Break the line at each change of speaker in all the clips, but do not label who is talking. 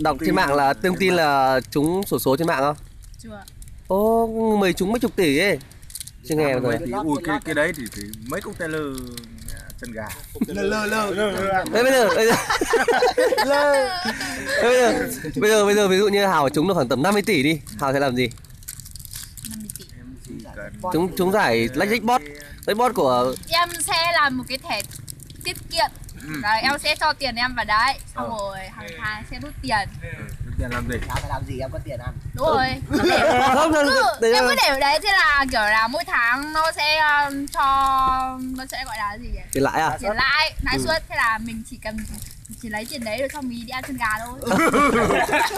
Đọc trên mạng là tương tin là trúng sổ số trên mạng không?
chưa
Ô, mười trúng mấy chục tỷ ấy. Chưa nghe bao
rồi
giờ.
thì ui cái cái đấy thì phải mấy cốc tay lơ chân gà
lơ lơ lơ
Đấy, bây giờ, bây giờ, Đấy, bây giờ, bây giờ, bây giờ ví dụ như Hảo trúng được khoảng tầm 50 tỷ đi, Hảo sẽ làm gì?
50 tỷ
em chỉ cần
Trúng trúng giải Blackjackpot, Jackpot của
em sẽ làm một cái thẻ tiết kiệm
Ừ.
rồi em sẽ cho tiền em vào đấy xong
Ờ.
rồi hàng tháng sẽ rút tiền
Rút ờ, tiền làm gì
Chả phải làm gì em có tiền ăn
đúng rồi Xong rồi
không không,
cứ-
đấy
em
là-
cứ để ở đấy thế là kiểu là mỗi tháng nó sẽ um, cho nó sẽ gọi là gì nhỉ
tiền lãi à?
tiền lãi lãi suất thế là mình chỉ cần chỉ lấy tiền đấy rồi xong mình đi ăn chân gà thôi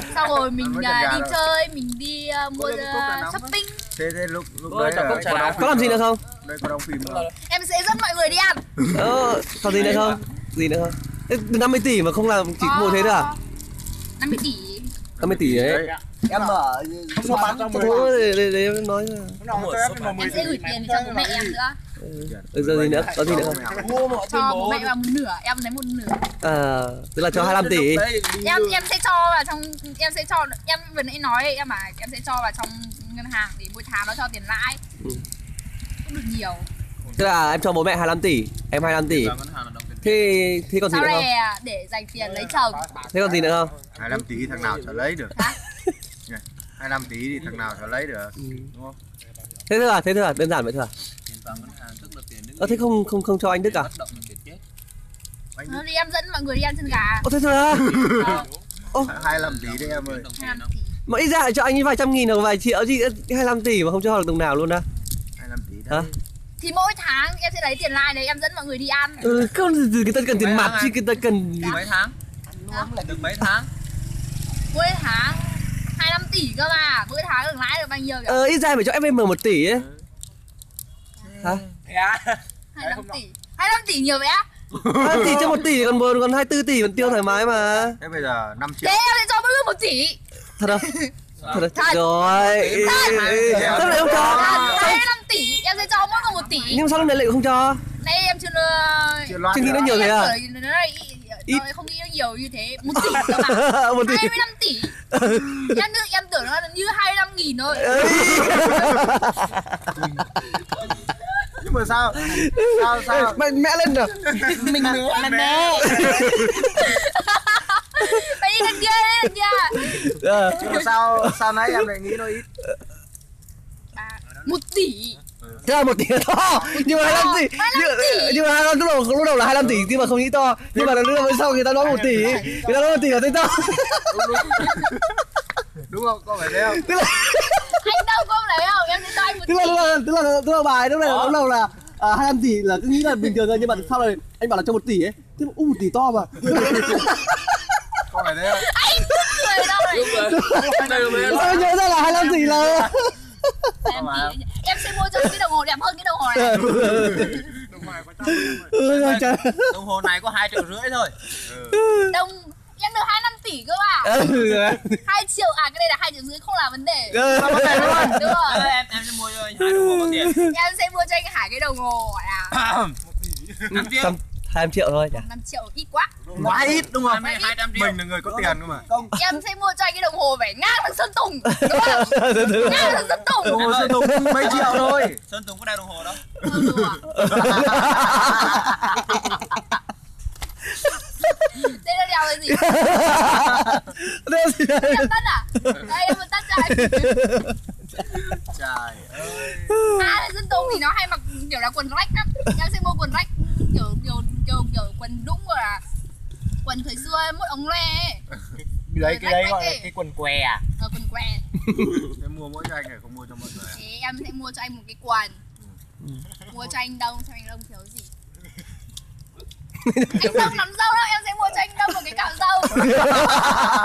xong rồi mình
Ăn
à,
chân gà
đi
thôi.
chơi mình đi à, mua
lên một cốc trà
à,
nóng
shopping
thế thế lúc lúc
Ôi,
đấy
chả
là
cốc trà
có
đá.
đóng
Có làm gì nữa
phim
không?
đây có đóng phim không
em sẽ dẫn mọi người đi ăn
Ờ, còn gì nữa không? Gì nữa không? Thế 50 tỷ mà không làm chỉ mua thế thôi à?
50 tỷ
50 tỷ đấy.
em mở mua bán cho
Thôi, để, để, để em nói ra.
em sẽ gửi tiền cho bố mẹ em nữa
Ừ, giờ gì nữa? Có gì nữa không?
mua mọi
cho bố mẹ vào một nửa em lấy một nửa
À, tức là cho 25 tỷ.
em em sẽ cho vào trong em sẽ cho em vừa nãy nói em mà em sẽ cho vào trong ngân hàng để mỗi tháng nó cho tiền lãi
Ừ.
cũng được nhiều
Tức là em cho bố mẹ 25 tỷ, em 25 tỷ.
Dạ vâng.
Thế thế còn gì
sau
nữa không?
này à, để dành tiền lấy chồng
Thế còn gì nữa không?
hai năm tí thằng nào sẽ lấy được
Hả?
hai năm tí thì thằng nào sẽ lấy được đúng không
Thế thôi à, thế thôi à, đơn giản vậy thôi à. Ờ, thế không không không cho anh Đức à?
anh
Thôi đi em dẫn mọi người đi ăn chân gà
Ồ thế thôi à.
hai năm tí đấy em ơi
Ham thì
Mà ít ra lại cho anh ấy vài trăm nghìn hoặc vài triệu chứ 25 tỷ mà không cho được đồng nào luôn á.
hai năm tí
Hả?
đấy
Dạ.
thì mỗi tháng em sẽ lấy tiền lai đấy em dẫn mọi người đi ăn
Ừ, không người ta cần tiền mặt chứ người ta cần
mấy à? tháng được mấy tháng
mỗi tháng 25 tỷ cơ mà mỗi tháng được lãi được bao nhiêu kìa
Ờ ít ra phải cho FVM 1 tỷ ấy. Hả?
Dạ.
25 tỷ 25 tỷ nhiều vậy á
2 tỷ cho 1 tỷ còn còn 24 tỷ vẫn tiêu thoải mái mà.
thế bây giờ 5
Dạ.
thế
triệu
em sẽ cho mỗi người một tỷ
Thật không? Thật à? Rồi. Sao lại không cho?
à, 25 tỷ em sẽ cho mỗi người một tỷ
Nhưng sao lúc này lại không cho?
nay em chưa lừa-
chưa loát
Chương trình
nữa.
nó nhiều thế
Em
à?
tưởng nó là ít-
Ít.
Tôi không nghĩ nó nhiều như thế một tỷ cơ mà
1 tỷ.
25 tỷ em tự em tưởng nó là như 25 nghìn thôi
Ờ.
nhưng mà sao sao sao
Mạnh mẽ lên rồi.
mình nữa là nè
phải đi đằng kia đấy đằng kia
Ờ.
nhưng mà sao sao nãy em lại nghĩ nó ít
à, một tỷ
Thế là một tỷ là to nhưng mà 25 tỷ nhưng, nhưng mà 25 lúc đầu lúc đầu là 25 tỷ nhưng mà không nghĩ to nhưng mà lúc đầu sau người ta nói một tỷ người ta nói một tỷ là thấy to
đúng đúng đúng không có phải thế không
tức là
anh đâu có lấy không em sẽ cho anh một
tức là
tỷ
tức là tức là, tức là bài lúc này là lúc đầu là à, 25 tỷ là cứ nghĩ là bình thường thôi nhưng mà sau này anh bảo là cho một tỷ ấy thế mà u một tỷ to mà
có phải thế không
anh tức cười đâu này
sao anh nhớ ra là 25 tỷ là
em tỷ em sẽ mua cho cái đồng hồ đẹp hơn cái đồng hồ
Ờ.
này
Ừ, rồi, trời.
đồng hồ này có hai triệu rưỡi thôi
đồng em được 25 tỷ cơ mà
Ừ, rồi.
hai triệu à cái này là hai triệu rưỡi không là vấn đề
Ừ.
đúng rồi
em em sẽ mua cho anh hai đồng hồ có tiền
em sẽ mua cho anh Hải cái đồng hồ à, gọi là
năm triệu
Trăm- 25 triệu thôi nhỉ
5 triệu ít quá
quá ít đúng không
Em-
hai trăm triệu
mình là người có tiền cơ mà
em sẽ mua cho anh cái đồng hồ phải ngang thằng Sơn Tùng đúng không ngang thằng Sơn Tùng
đồng hồ sơn tùng mấy triệu thôi
sơn tùng có đeo đồng hồ đâu
Ờ, ừ ạ. đây là đèo cái gì
Thế gì đây?
em tắt à đây em vừa tắt cho anh
trời ơi
à thằng Sơn Tùng thì nó hay mặc kiểu là quần rách lắm em sẽ mua quần rách kiểu kiểu kiểu, kiểu quần đúng rồi à quần thời xưa mỗi ống loe ấy
lấy cái đấy gọi là cái quần què à
Ờ, quần què
Thế mua mỗi cho anh này không mua cho mọi người à?
Thế em sẽ mua cho anh một cái quần Mua cho anh Đông xem anh Đông thiếu gì Anh Đông nắm dâu đó, em sẽ mua cho anh Đông một cái cạo dâu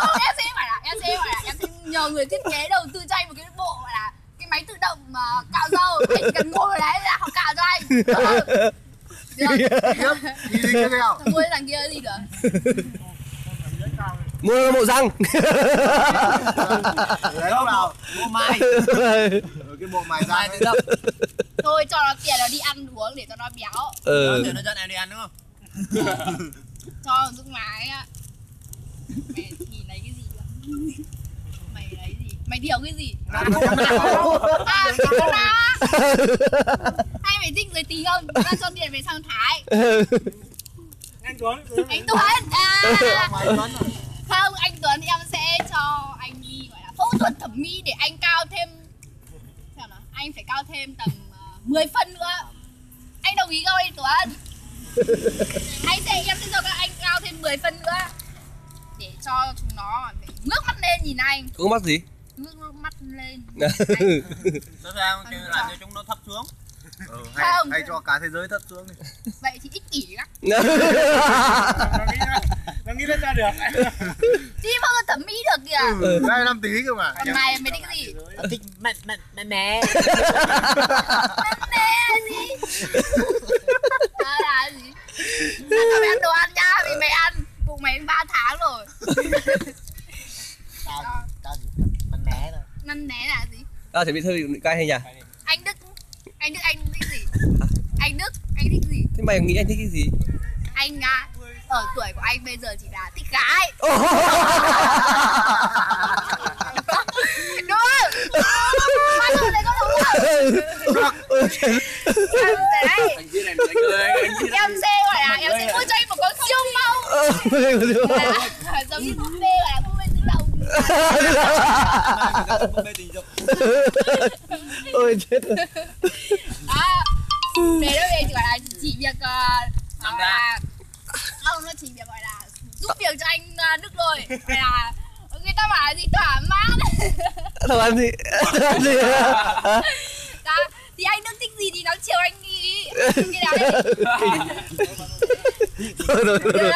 Không, em sẽ phải là, em sẽ phải là, em sẽ nhờ người thiết kế đầu tư cho anh một cái bộ gọi là Cái máy tự động mà cạo dâu, anh chỉ cần ngồi vào đấy là họ cạo cho anh Được không? Được,
tiếp đi đi tiếp theo
mua cái thằng kia gì được
mua bộ răng
lấy lúc nào
mua mai
Ừ, cái bộ mài ra
mai tự động
Thôi cho nó tiền nó đi ăn uống để cho nó béo
ừ.
nó dẫn em đi ăn đúng không
Cho Dũng lái á Mẹ thì lấy cái gì được mày đấy gì mày điều cái gì à
Làm sao?
con à hay mày thích giới tính không tao cho tiền về sang thái
Nhanh cuốn.
anh tuấn à
Mày cuốn rồi.
không anh tuấn em sẽ cho anh đi gọi là phẫu thuật thẩm mỹ để anh cao thêm sao nào anh phải cao thêm tầm ờ, 10 phân nữa anh đồng ý không anh tuấn anh sẽ em sẽ cho các anh cao thêm 10 phân nữa để cho chúng nó phải ngước mắt lên nhìn anh
Có mắt gì?
ngước mắt lên
Sao sao kêu làm cho chúng nó thấp xuống
Ừ, hay,
Không.
hay cho cả thế giới thất xuống đi.
vậy thì ích kỷ lắm
À,
Nó nghĩ nó ra được.
chứ bao giờ thẩm mỹ được kìa
Ừ, đây năm tí cơ mà.
còn mày mày định cái gì
Tao thích mẹ mẹ mẹ mẹ.
mẹ gì đó là gì tao mày ăn đồ ăn nhá vì mày ăn bụng mày ba tháng rồi
Tao thì- tao chỉ mẹ mẹ thôi.
năn né là gì
Tao chuẩn bị thơ bị cay hay nhỉ?
anh đức anh đức anh thích gì anh đức anh thích gì
Thế mày nghĩ anh thích cái gì?
anh à, ở tuổi của anh bây giờ chỉ là thích gái đúng không bắt đầu này có đúng không đấy
Anh kia này mình đánh người anh
em sẽ gọi là em sẽ mua cho anh một con siêu mông Là giống như búp bê gọi là búp bê tự động
búp bê tình dục
Ôi chết rồi.
à để đó về chỉ gọi là chỉ việc uh,
Làm
gọi
ra.
là không nó chỉ việc gọi là giúp việc cho anh ờ, đức rồi gọi là ờ, người ta bảo là gì thỏa mãn
Thằng ăn gì? Ăn gì?
Đó, Dạ, thì anh đức thích gì thì nó chiều anh nghĩ cái đấy
Thôi rồi, rồi, rồi.